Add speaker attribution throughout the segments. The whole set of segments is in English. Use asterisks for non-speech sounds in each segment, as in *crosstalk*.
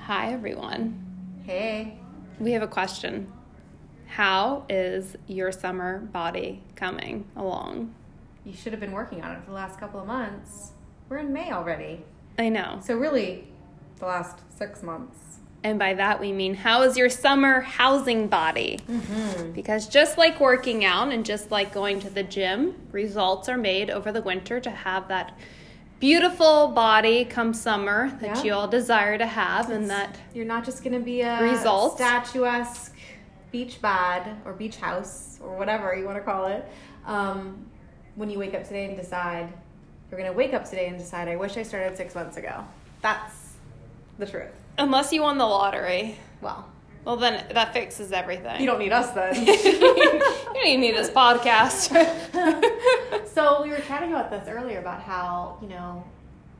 Speaker 1: Hi, everyone.
Speaker 2: Hey.
Speaker 1: We have a question. How is your summer body coming along?
Speaker 2: You should have been working on it for the last couple of months. We're in May already.
Speaker 1: I know.
Speaker 2: So, really, the last six months.
Speaker 1: And by that, we mean, how is your summer housing body? Because just like working out and just like going to the gym, results are made over the winter to have that beautiful body come summer that
Speaker 2: Yeah.
Speaker 1: you all desire to have and that
Speaker 2: You're not just going to be a
Speaker 1: Results.
Speaker 2: statuesque beach bod or beach house or whatever you want to call it um, when you wake up today and decide, you're going to wake up today and decide, I wish I started six months ago. That's the truth.
Speaker 1: unless you won the lottery,
Speaker 2: Well,
Speaker 1: well, then that fixes everything.
Speaker 2: you don't need us then.
Speaker 1: *laughs* you don't even need this *laughs* podcast.
Speaker 2: So we were chatting about this earlier about how you know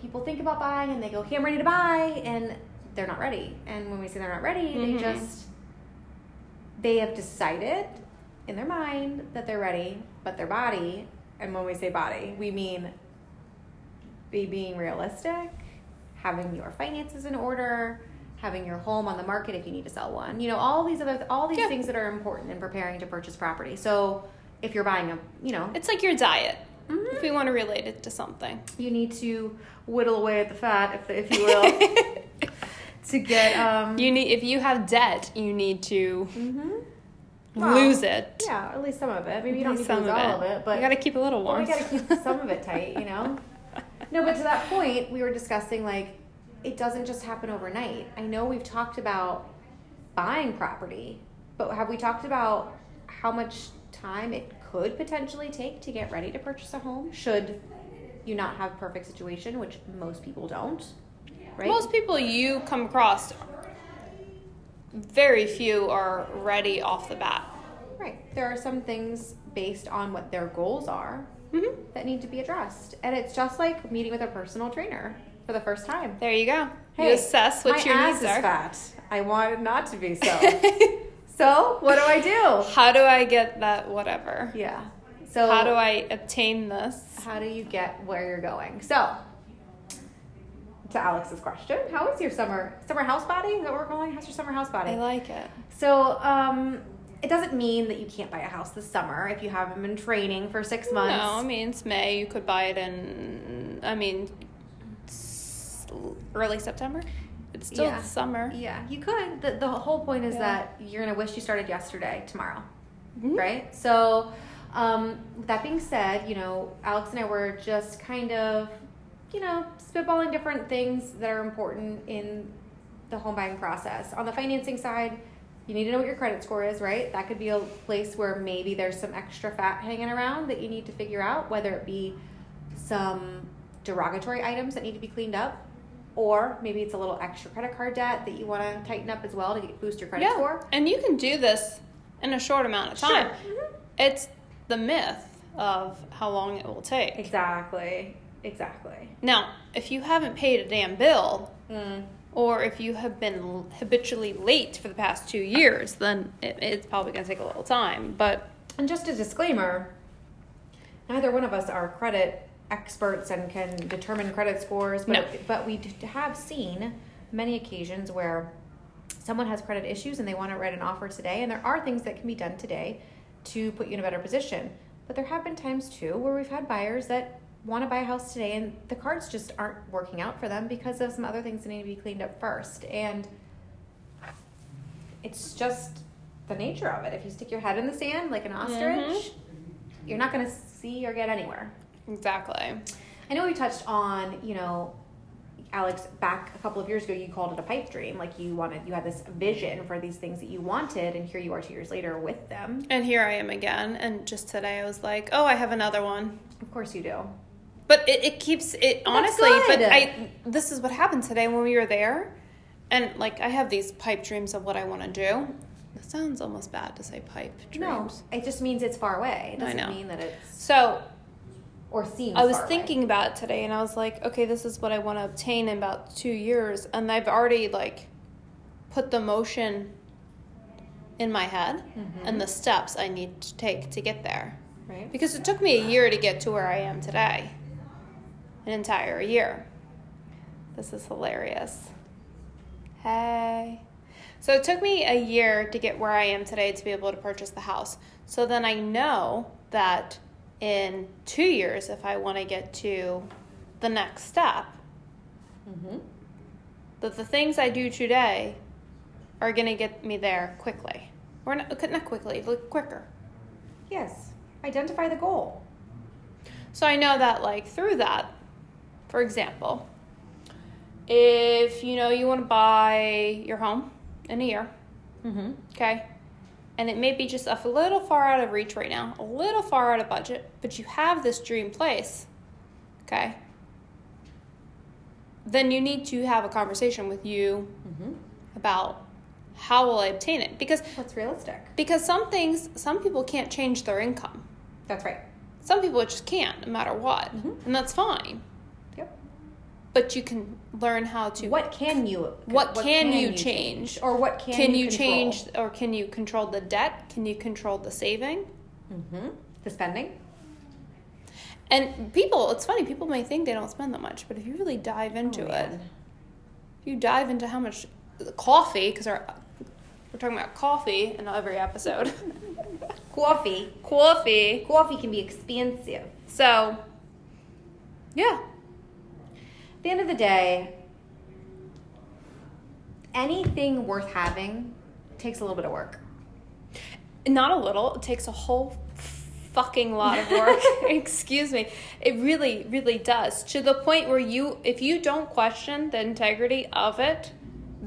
Speaker 2: people think about buying and they go, "Hey, I'm ready to buy," and they're not ready. And when we say they're not ready,
Speaker 1: Mhm.
Speaker 2: they just they have decided in their mind that they're ready, but their body. And when we say body, we mean be being realistic, having your finances in order, having your home on the market if you need to sell one. You know, all these other all these
Speaker 1: Yeah.
Speaker 2: things that are important in preparing to purchase property. So if you're buying a, you know,
Speaker 1: it's like your diet.
Speaker 2: Mhm.
Speaker 1: If we want to relate it to something.
Speaker 2: you need to whittle away at the fat, if, if you will, to get
Speaker 1: *laughs*
Speaker 2: um.
Speaker 1: you need if you have debt, you need to
Speaker 2: Mhm. Well,
Speaker 1: lose it.
Speaker 2: Yeah, at least some of it. Maybe you don't need to
Speaker 1: Some
Speaker 2: lose all of it, but
Speaker 1: you got to keep a little
Speaker 2: well,
Speaker 1: warm.
Speaker 2: we gotta keep some of it tight, you know. *laughs*
Speaker 1: *laughs*
Speaker 2: No, but to that point, we were discussing like it doesn't just happen overnight. I know we've talked about buying property, but have we talked about how much time it could potentially take to get ready to purchase a home? Should you not have a perfect situation, which most people don't, right?
Speaker 1: Most people you come across, very few are ready off the bat.
Speaker 2: Right. There are some things based on what their goals are
Speaker 1: Mm-hmm.
Speaker 2: that need to be addressed. And it's just like meeting with a personal trainer for the first time.
Speaker 1: There you go.
Speaker 2: Hey,
Speaker 1: you assess what
Speaker 2: My
Speaker 1: your
Speaker 2: ass
Speaker 1: needs
Speaker 2: is
Speaker 1: are.
Speaker 2: fat. I want it not to
Speaker 1: *laughs*
Speaker 2: be so. so, what do I do?
Speaker 1: How do I get that whatever?
Speaker 2: Yeah. So,
Speaker 1: How do I obtain this?
Speaker 2: how do you get where you're going? So, to Alex's question, how is your summer summer house body? Is that what we're calling? How's your summer house body?
Speaker 1: I like it.
Speaker 2: So, um, it doesn't mean that you can't buy a house this summer if you haven't been training for six months.
Speaker 1: No, I mean it's May. You could buy it in. I mean, s- early September. It's still
Speaker 2: Yeah.
Speaker 1: summer,
Speaker 2: Yeah, you could. The, the whole point is
Speaker 1: Yeah.
Speaker 2: that you're going to wish you started yesterday, tomorrow,
Speaker 1: Mhm.
Speaker 2: right? So, um, with that being said, you know, Alex and I were just kind of, you know, spitballing different things that are important in the home buying process. On the financing side, you need to know what your credit score is, right? That could be a place where maybe there's some extra fat hanging around that you need to figure out, whether it be some derogatory items that need to be cleaned up, or maybe it's a little extra credit card debt that you want to tighten up as well to get, boost your credit
Speaker 1: Yeah,
Speaker 2: score.
Speaker 1: and you can do this in a short amount of time.
Speaker 2: Mhm.
Speaker 1: It's the myth of how long it will take.
Speaker 2: Exactly. Exactly.
Speaker 1: Now, if you haven't paid a damn bill,
Speaker 2: Mm.
Speaker 1: or if you have been l- habitually late for the past two years, then it, it's probably going to take a little time. But
Speaker 2: And just a disclaimer neither one of us are credit experts and can determine credit scores, but,
Speaker 1: No.
Speaker 2: but we d- have seen many occasions where someone has credit issues and they want to write an offer today, and there are things that can be done today to put you in a better position. But there have been times too where we've had buyers that want to buy a house today and the cards just aren't working out for them because of some other things that need to be cleaned up first. And it's just the nature of it. If you stick your head in the sand like an ostrich,
Speaker 1: Mm-hmm.
Speaker 2: you're not going to see or get anywhere.
Speaker 1: exactly,
Speaker 2: I know we touched on, you know, Alex, back a couple of years ago, you called it a pipe dream. Like you wanted, you had this vision for these things that you wanted, and here you are two years later with them.
Speaker 1: and here I am again. And just today, I was like, oh, I have another one.
Speaker 2: Of course you do.
Speaker 1: But it, it keeps it honestly. But
Speaker 2: good.
Speaker 1: I this is what happened today when we were there, and like I have these pipe dreams of what I want to do. That sounds almost bad to say pipe dreams.
Speaker 2: No, it just means it's far away. It
Speaker 1: I
Speaker 2: doesn't
Speaker 1: know.
Speaker 2: mean that it's
Speaker 1: So
Speaker 2: or seems.
Speaker 1: I was
Speaker 2: far away.
Speaker 1: thinking about it today, and I was like, okay, this is what I want to obtain in about two years, and I've already like put the motion in my head
Speaker 2: Mm-hmm.
Speaker 1: and the steps I need to take to get there.
Speaker 2: right?
Speaker 1: Because it took me a year to get to where I am today. An entire year. This is hilarious. Hey. So it took me a year to get where I am today to be able to purchase the house. So then I know that in two years, if I want to get to the next step,
Speaker 2: Mm-hmm.
Speaker 1: that the things I do today are going to get me there quickly. Or not, not quickly, but quicker.
Speaker 2: Yes. Identify the goal.
Speaker 1: So I know that, like, through that, for example, if you know you want to buy your home in a year,
Speaker 2: Mm-hmm.
Speaker 1: okay, and it may be just a little far out of reach right now, a little far out of budget, but you have this dream place, okay, then you need to have a conversation with you
Speaker 2: Mm-hmm.
Speaker 1: about how will I obtain it because
Speaker 2: What's realistic?
Speaker 1: because some things some people can't change their income.
Speaker 2: That's right.
Speaker 1: Some people just can't, no matter what,
Speaker 2: Mhm.
Speaker 1: and that's fine.
Speaker 2: Yep.
Speaker 1: but you can learn how to
Speaker 2: What can you?
Speaker 1: What can you change?
Speaker 2: Or what can,
Speaker 1: can you,
Speaker 2: control?
Speaker 1: change or can you control the debt can you control the saving
Speaker 2: Mm-hmm. The spending.
Speaker 1: and people it's funny people may think they don't spend that much but if you really dive into
Speaker 2: Oh,
Speaker 1: it
Speaker 2: man.
Speaker 1: if you dive into how much coffee because we're talking about coffee in every episode *laughs*
Speaker 2: Coffee.
Speaker 1: coffee
Speaker 2: Coffee can be expensive.
Speaker 1: so yeah
Speaker 2: At the end of the day, anything worth having takes a little bit of work.
Speaker 1: not a little it takes a whole fucking lot of
Speaker 2: *laughs*
Speaker 1: work excuse me it really really does to the point where you if you don't question the integrity of it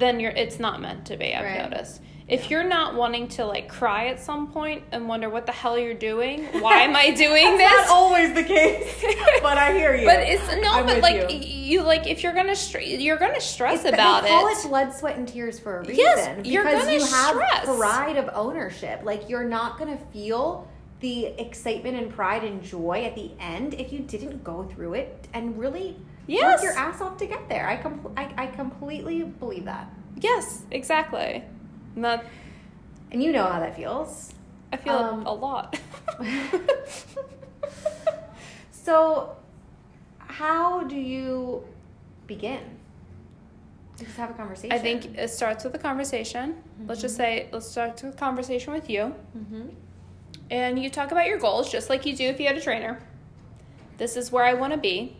Speaker 1: then you're it's not meant to be i've
Speaker 2: Right.
Speaker 1: noticed if you're not wanting to like cry at some point and wonder what the hell you're doing why am i doing
Speaker 2: *laughs* That's
Speaker 1: this *laughs*
Speaker 2: not always the case, *laughs* but I hear you.
Speaker 1: but it's no
Speaker 2: I'm
Speaker 1: but
Speaker 2: with
Speaker 1: like you.
Speaker 2: you.
Speaker 1: like if you're gonna stre- you're gonna stress
Speaker 2: But
Speaker 1: about
Speaker 2: they call
Speaker 1: it
Speaker 2: it blood, sweat, and tears for a reason.
Speaker 1: Yes, you're
Speaker 2: because
Speaker 1: gonna
Speaker 2: you have
Speaker 1: stress.
Speaker 2: pride of ownership. Like you're not gonna feel the excitement and pride and joy at the end if you didn't go through it and really
Speaker 1: Yes.
Speaker 2: work your ass off to get there. I, com- I I completely believe that,
Speaker 1: yes exactly and that
Speaker 2: and you know how that
Speaker 1: *laughs*
Speaker 2: feels.
Speaker 1: i feel
Speaker 2: Um,
Speaker 1: a
Speaker 2: *laughs*
Speaker 1: lot
Speaker 2: So, how do you begin? You just have a conversation.
Speaker 1: I think it starts with a conversation. Let's just say, let's start with a conversation with you.
Speaker 2: Mm-hmm.
Speaker 1: And you talk about your goals, just like you do if you had a trainer. This is where I want to be.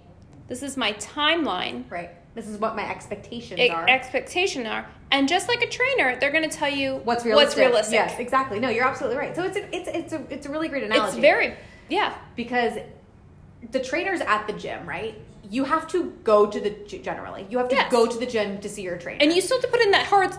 Speaker 1: This is my timeline,
Speaker 2: Right. This is what my expectations
Speaker 1: e-
Speaker 2: are.
Speaker 1: expectation are. And just like a trainer, they're going to tell you
Speaker 2: what's realistic. Yes, exactly. No, you're absolutely right. So it's a, it's it's a it's a really great analogy.
Speaker 1: It's very, yeah,
Speaker 2: because the trainers at the gym, right? You have to go to the g- generally. You have to
Speaker 1: Yes.
Speaker 2: go to the gym to see your trainer,
Speaker 1: and you still have to put in that hard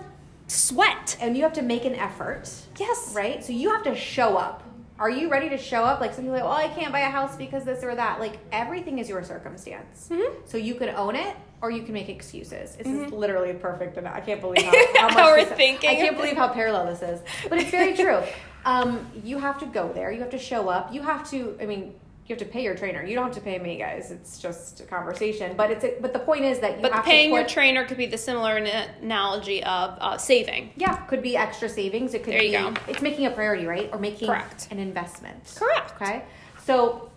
Speaker 1: sweat.
Speaker 2: and you have to make an effort,
Speaker 1: Yes,
Speaker 2: right? So you have to show up. Are you ready to show up? Like some people, are like, well, I can't buy a house because this or that. Like everything is your circumstance,
Speaker 1: Mhm.
Speaker 2: so you can own it. Or you can make excuses. This is literally a perfect. ana- I
Speaker 1: *laughs*
Speaker 2: can't believe how, how much
Speaker 1: Mm-hmm. How we're
Speaker 2: this-
Speaker 1: thinking.
Speaker 2: I can't believe how parallel this is, but it's very
Speaker 1: *laughs*
Speaker 2: true. Um, you have to go there. You have to show up. You have to. I mean, you have to pay your trainer. You don't have to pay me, guys. It's just a conversation. But it's. A, but the point is that you
Speaker 1: But
Speaker 2: have
Speaker 1: paying
Speaker 2: to
Speaker 1: your
Speaker 2: put-
Speaker 1: trainer could be the similar ana- analogy of uh, saving.
Speaker 2: yeah, could be extra savings. It could
Speaker 1: There you
Speaker 2: be
Speaker 1: go.
Speaker 2: it's making a priority, right? Or making
Speaker 1: Correct.
Speaker 2: an investment.
Speaker 1: Correct.
Speaker 2: Okay. So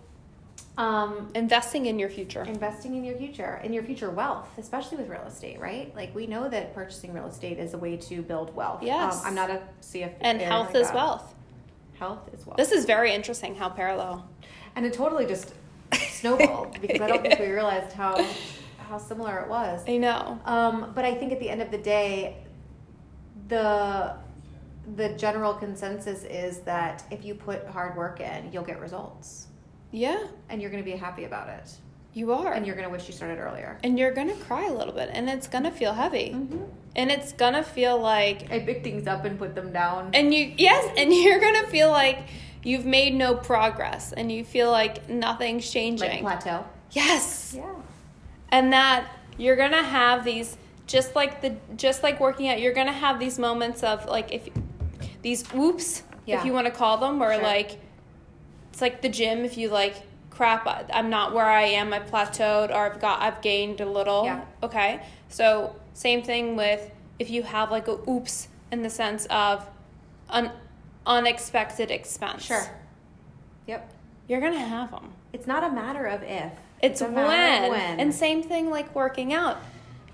Speaker 2: um
Speaker 1: Investing in your future.
Speaker 2: investing in your future, in your future wealth, especially with real estate, right? Like we know that purchasing real estate is a way to build wealth.
Speaker 1: Yes.
Speaker 2: Um, I'm not a CFP
Speaker 1: And
Speaker 2: or anything
Speaker 1: health
Speaker 2: like
Speaker 1: as
Speaker 2: that.
Speaker 1: wealth.
Speaker 2: Health as well.
Speaker 1: This is very interesting how parallel.
Speaker 2: and it totally just
Speaker 1: *laughs*
Speaker 2: snowballed because I don't think we realized how how similar it was.
Speaker 1: I know.
Speaker 2: Um, but I think at the end of the day, the the general consensus is that if you put hard work in, you'll get results,
Speaker 1: Yeah,
Speaker 2: and you're going to be happy about it,
Speaker 1: you are.
Speaker 2: and
Speaker 1: And you're,
Speaker 2: you're going to wish you started earlier.
Speaker 1: going to cry a little bit and it's going to feel heavy.
Speaker 2: Mm-hmm.
Speaker 1: And it's going to feel like
Speaker 2: I pick things up and put them down.
Speaker 1: and you yes, and *laughs* you're going to feel like you've made no progress and you feel like nothing's
Speaker 2: like
Speaker 1: changing.
Speaker 2: plateau.
Speaker 1: yes.
Speaker 2: Yeah.
Speaker 1: And that you're going to have these just like the just like working out, you're going to have these moments of like if these oops,
Speaker 2: Yeah.
Speaker 1: if you want to call them or
Speaker 2: Sure.
Speaker 1: like it's like the gym if you like crap I- i'm not where i am i plateaued or i've got i've gained a little
Speaker 2: Yeah.
Speaker 1: okay so same thing with if you have like a oops in the sense of an unexpected expense
Speaker 2: Sure. Yep.
Speaker 1: you're gonna have them
Speaker 2: It's not a matter of if.
Speaker 1: it's,
Speaker 2: a
Speaker 1: when.
Speaker 2: matter of
Speaker 1: and same thing like working out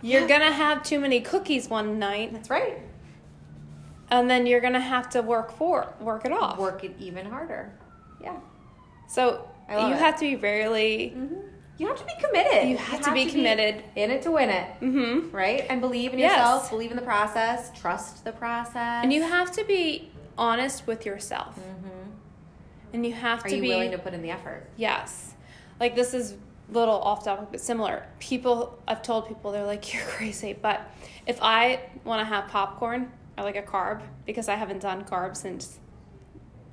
Speaker 1: You're gonna have too many cookies one night,
Speaker 2: That's right.
Speaker 1: and then you're gonna have to work for work it off.
Speaker 2: Work it even harder. Yeah.
Speaker 1: So
Speaker 2: I love
Speaker 1: you
Speaker 2: it.
Speaker 1: have to be really.
Speaker 2: You have to be committed.
Speaker 1: Mm-hmm. You have to be committed.
Speaker 2: in it to win it,
Speaker 1: Mm-hmm.
Speaker 2: right? And believe in
Speaker 1: Yes.
Speaker 2: yourself, believe in the process, trust the process. Mm-hmm.
Speaker 1: And you have to be honest with yourself. And you have
Speaker 2: are
Speaker 1: to
Speaker 2: you
Speaker 1: be
Speaker 2: willing to put in the effort?
Speaker 1: yes. Like this is little off topic but similar. People I've told people they're like *laughs* you're crazy, but if I want to have popcorn or like a carb because I haven't done carbs since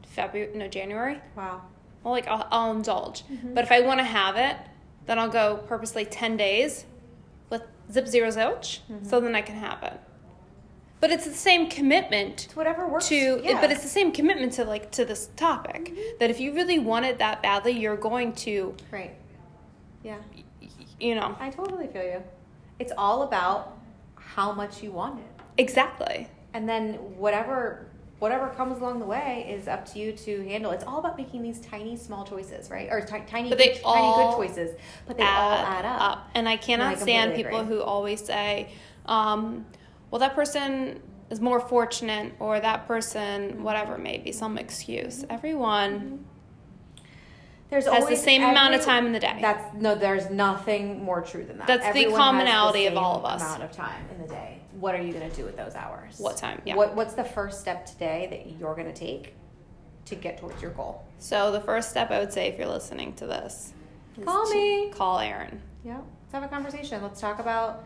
Speaker 1: February no January,
Speaker 2: Wow.
Speaker 1: well like I'll, I'll indulge.
Speaker 2: Mm-hmm.
Speaker 1: But if I want to have it, then I'll go purposely 10 days with zip zero zilch
Speaker 2: Mm-hmm.
Speaker 1: so then I can have it. But it's the same commitment
Speaker 2: It's whatever works.
Speaker 1: to
Speaker 2: yeah. Mm-hmm.
Speaker 1: but it's the same commitment to like to this topic that if you really want it that badly you're going to
Speaker 2: right. Yeah.
Speaker 1: you know
Speaker 2: I totally feel you. It's all about how much you want it.
Speaker 1: exactly
Speaker 2: and then whatever whatever comes along the way is up to you to handle it's all about making these tiny small choices right or ti- tiny
Speaker 1: But they
Speaker 2: good,
Speaker 1: all
Speaker 2: tiny good choices but they all add up,
Speaker 1: and i cannot stand
Speaker 2: completely
Speaker 1: people
Speaker 2: agree.
Speaker 1: who always say um, well that person is more fortunate or that person whatever it may be some excuse
Speaker 2: Mm-hmm.
Speaker 1: everyone
Speaker 2: there's
Speaker 1: has the same amount of time in the day.
Speaker 2: that's no there's nothing more true than that
Speaker 1: That's the
Speaker 2: Everyone has
Speaker 1: commonality of
Speaker 2: same
Speaker 1: all of us.
Speaker 2: amount of time in the day what are you going to do with those hours
Speaker 1: What time, yeah.
Speaker 2: what, what's the first step today that you're going to take to get towards your goal
Speaker 1: so the first step i would say if you're listening to this is
Speaker 2: Call
Speaker 1: to
Speaker 2: me.
Speaker 1: call aaron
Speaker 2: Yeah, let's have a conversation. Let's talk about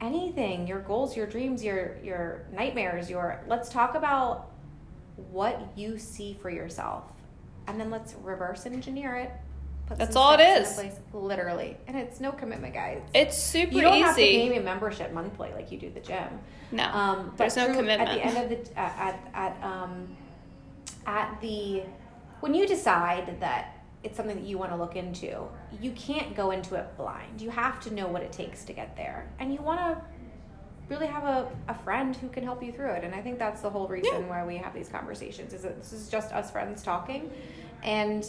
Speaker 2: anything, your goals, your dreams, your your nightmares, your let's talk about what you see for yourself. And then let's reverse engineer it. Put
Speaker 1: That's
Speaker 2: some
Speaker 1: all it
Speaker 2: steps
Speaker 1: is.
Speaker 2: in place, literally. And it's no commitment, guys.
Speaker 1: it's super
Speaker 2: You don't
Speaker 1: easy
Speaker 2: have to pay me a membership monthly like you do the gym.
Speaker 1: no
Speaker 2: Um, but
Speaker 1: there's no
Speaker 2: true-
Speaker 1: commitment
Speaker 2: At the end of the uh, at at, at um at the when you decide that it's something that you want to look into, you can't go into it blind. You have to know what it takes to get there, and you want to really have a, a friend who can help you through it. And I think that's the whole reason why we have these conversations. Is that this is just us friends talking, and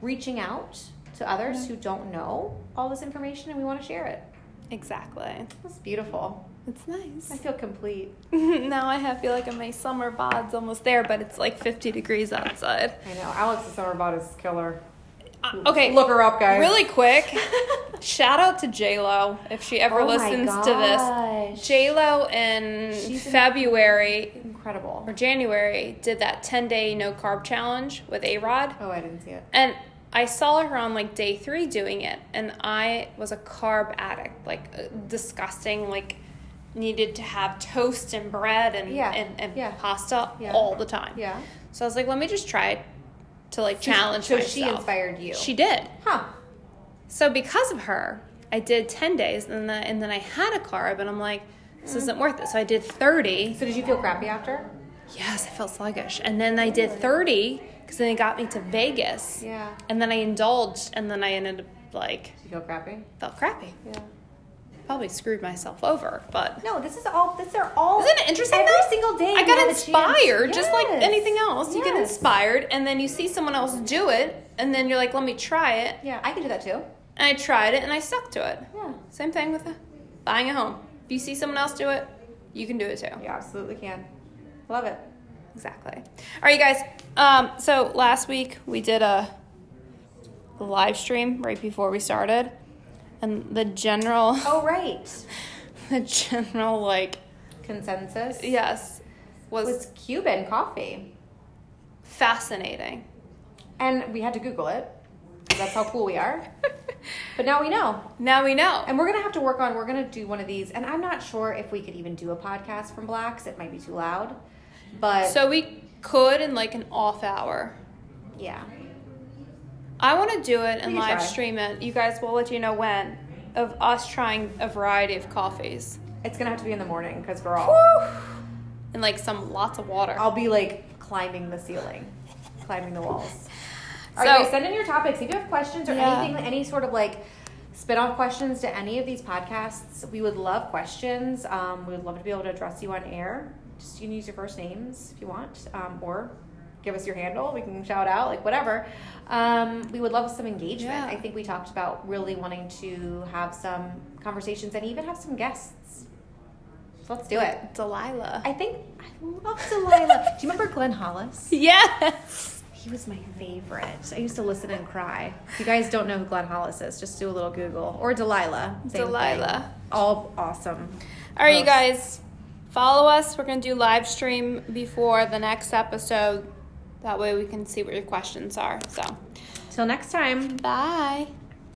Speaker 2: reaching out to others who don't know all this information, and we want to share it.
Speaker 1: exactly
Speaker 2: That's beautiful.
Speaker 1: it's nice
Speaker 2: I feel complete.
Speaker 1: *laughs* now I have, feel like my summer bod's almost there, but it's like 50 degrees outside.
Speaker 2: I know. Alex's summer bod is killer.
Speaker 1: Uh, okay,
Speaker 2: Look her up, guys.
Speaker 1: really quick. *laughs* shout out to J Lo if she ever
Speaker 2: Oh my
Speaker 1: listens to this.
Speaker 2: gosh.
Speaker 1: J Lo in
Speaker 2: She's in-
Speaker 1: February
Speaker 2: Incredible.
Speaker 1: or January did that 10 day no carb challenge with A Rod,
Speaker 2: Oh, I didn't see it.
Speaker 1: and I saw her on like day three doing it, and I was a carb addict, like uh, disgusting, like needed to have toast and bread and
Speaker 2: Yeah,
Speaker 1: and, and
Speaker 2: yeah.
Speaker 1: pasta
Speaker 2: Yeah.
Speaker 1: all the time.
Speaker 2: Yeah.
Speaker 1: So I was like, let me just try to like
Speaker 2: She-
Speaker 1: challenge
Speaker 2: so
Speaker 1: myself.
Speaker 2: she inspired you.
Speaker 1: She did.
Speaker 2: Huh.
Speaker 1: So because of her, I did ten days, and then and then I had a carb, and I'm like, this
Speaker 2: Mm-hmm.
Speaker 1: isn't worth it. So I did thirty.
Speaker 2: So did you feel crappy after?
Speaker 1: Yes, I felt sluggish, and then I did thirty because then it got me to Vegas,
Speaker 2: Yeah.
Speaker 1: and then I indulged, and then I ended up like
Speaker 2: Did you feel crappy?
Speaker 1: felt crappy.
Speaker 2: Yeah.
Speaker 1: Probably screwed myself over, but
Speaker 2: No, this is all. These are all.
Speaker 1: Isn't it interesting?
Speaker 2: Every
Speaker 1: though?
Speaker 2: single day,
Speaker 1: I
Speaker 2: you
Speaker 1: got
Speaker 2: have a
Speaker 1: inspired,
Speaker 2: chance.
Speaker 1: just like
Speaker 2: Yes.
Speaker 1: anything else. You get
Speaker 2: Yes.
Speaker 1: inspired, and then you see someone else do it, and then you're like, "Let me try it."
Speaker 2: Yeah, I can do that too.
Speaker 1: And I tried it, and I stuck to it.
Speaker 2: Yeah.
Speaker 1: Same thing with uh, buying a home. If you see someone else do it, you can do it too.
Speaker 2: You absolutely can. Love it.
Speaker 1: Exactly. All right, you guys. Um, so last week we did a live stream right before we started, and the general, *laughs*
Speaker 2: Oh, right.
Speaker 1: the general like
Speaker 2: Consensus.
Speaker 1: yes, was
Speaker 2: Was Cuban coffee,
Speaker 1: fascinating. *laughs*
Speaker 2: and we had to Google it. 'cause That's how cool we are. But now we know.
Speaker 1: now we know.
Speaker 2: And we're gonna have to work on. We're gonna do one of these, and I'm not sure if we could even do a podcast from Blacks. It might be too loud, but
Speaker 1: So we could in like an off hour.
Speaker 2: yeah,
Speaker 1: I want to do it and
Speaker 2: We can
Speaker 1: live
Speaker 2: try.
Speaker 1: stream it. You guys will let you know when of us trying a variety of coffees
Speaker 2: it's gonna have to be in the morning because we're all.
Speaker 1: and like some lots of water.
Speaker 2: I'll be like climbing the ceiling, climbing the
Speaker 1: *laughs*
Speaker 2: walls. All right,
Speaker 1: So-
Speaker 2: guys, send in your topics if you have questions or
Speaker 1: Yeah.
Speaker 2: anything, any sort of like spin-off questions to any of these podcasts. We would love questions. Um, we would love to be able to address you on air. Just you can use your first names if you want, um, or give us your handle. We can shout out, like whatever. Um, we would love some engagement.
Speaker 1: Yeah.
Speaker 2: I think we talked about really wanting to have some conversations and even have some guests. So let's do it.
Speaker 1: Delilah.
Speaker 2: I think I love Delilah. do you remember Glenn Hollis?
Speaker 1: *laughs* yes.
Speaker 2: He was my favorite. I used to listen and cry. If you guys don't know who Glenn Hollis is, just do a little Google. Or Delilah. same thing.
Speaker 1: Delilah.
Speaker 2: All awesome.
Speaker 1: All right, you
Speaker 2: Oh.
Speaker 1: guys, follow us. We're going to do live stream before the next episode. That way we can see what your questions are. So,
Speaker 2: Till next time.
Speaker 1: bye.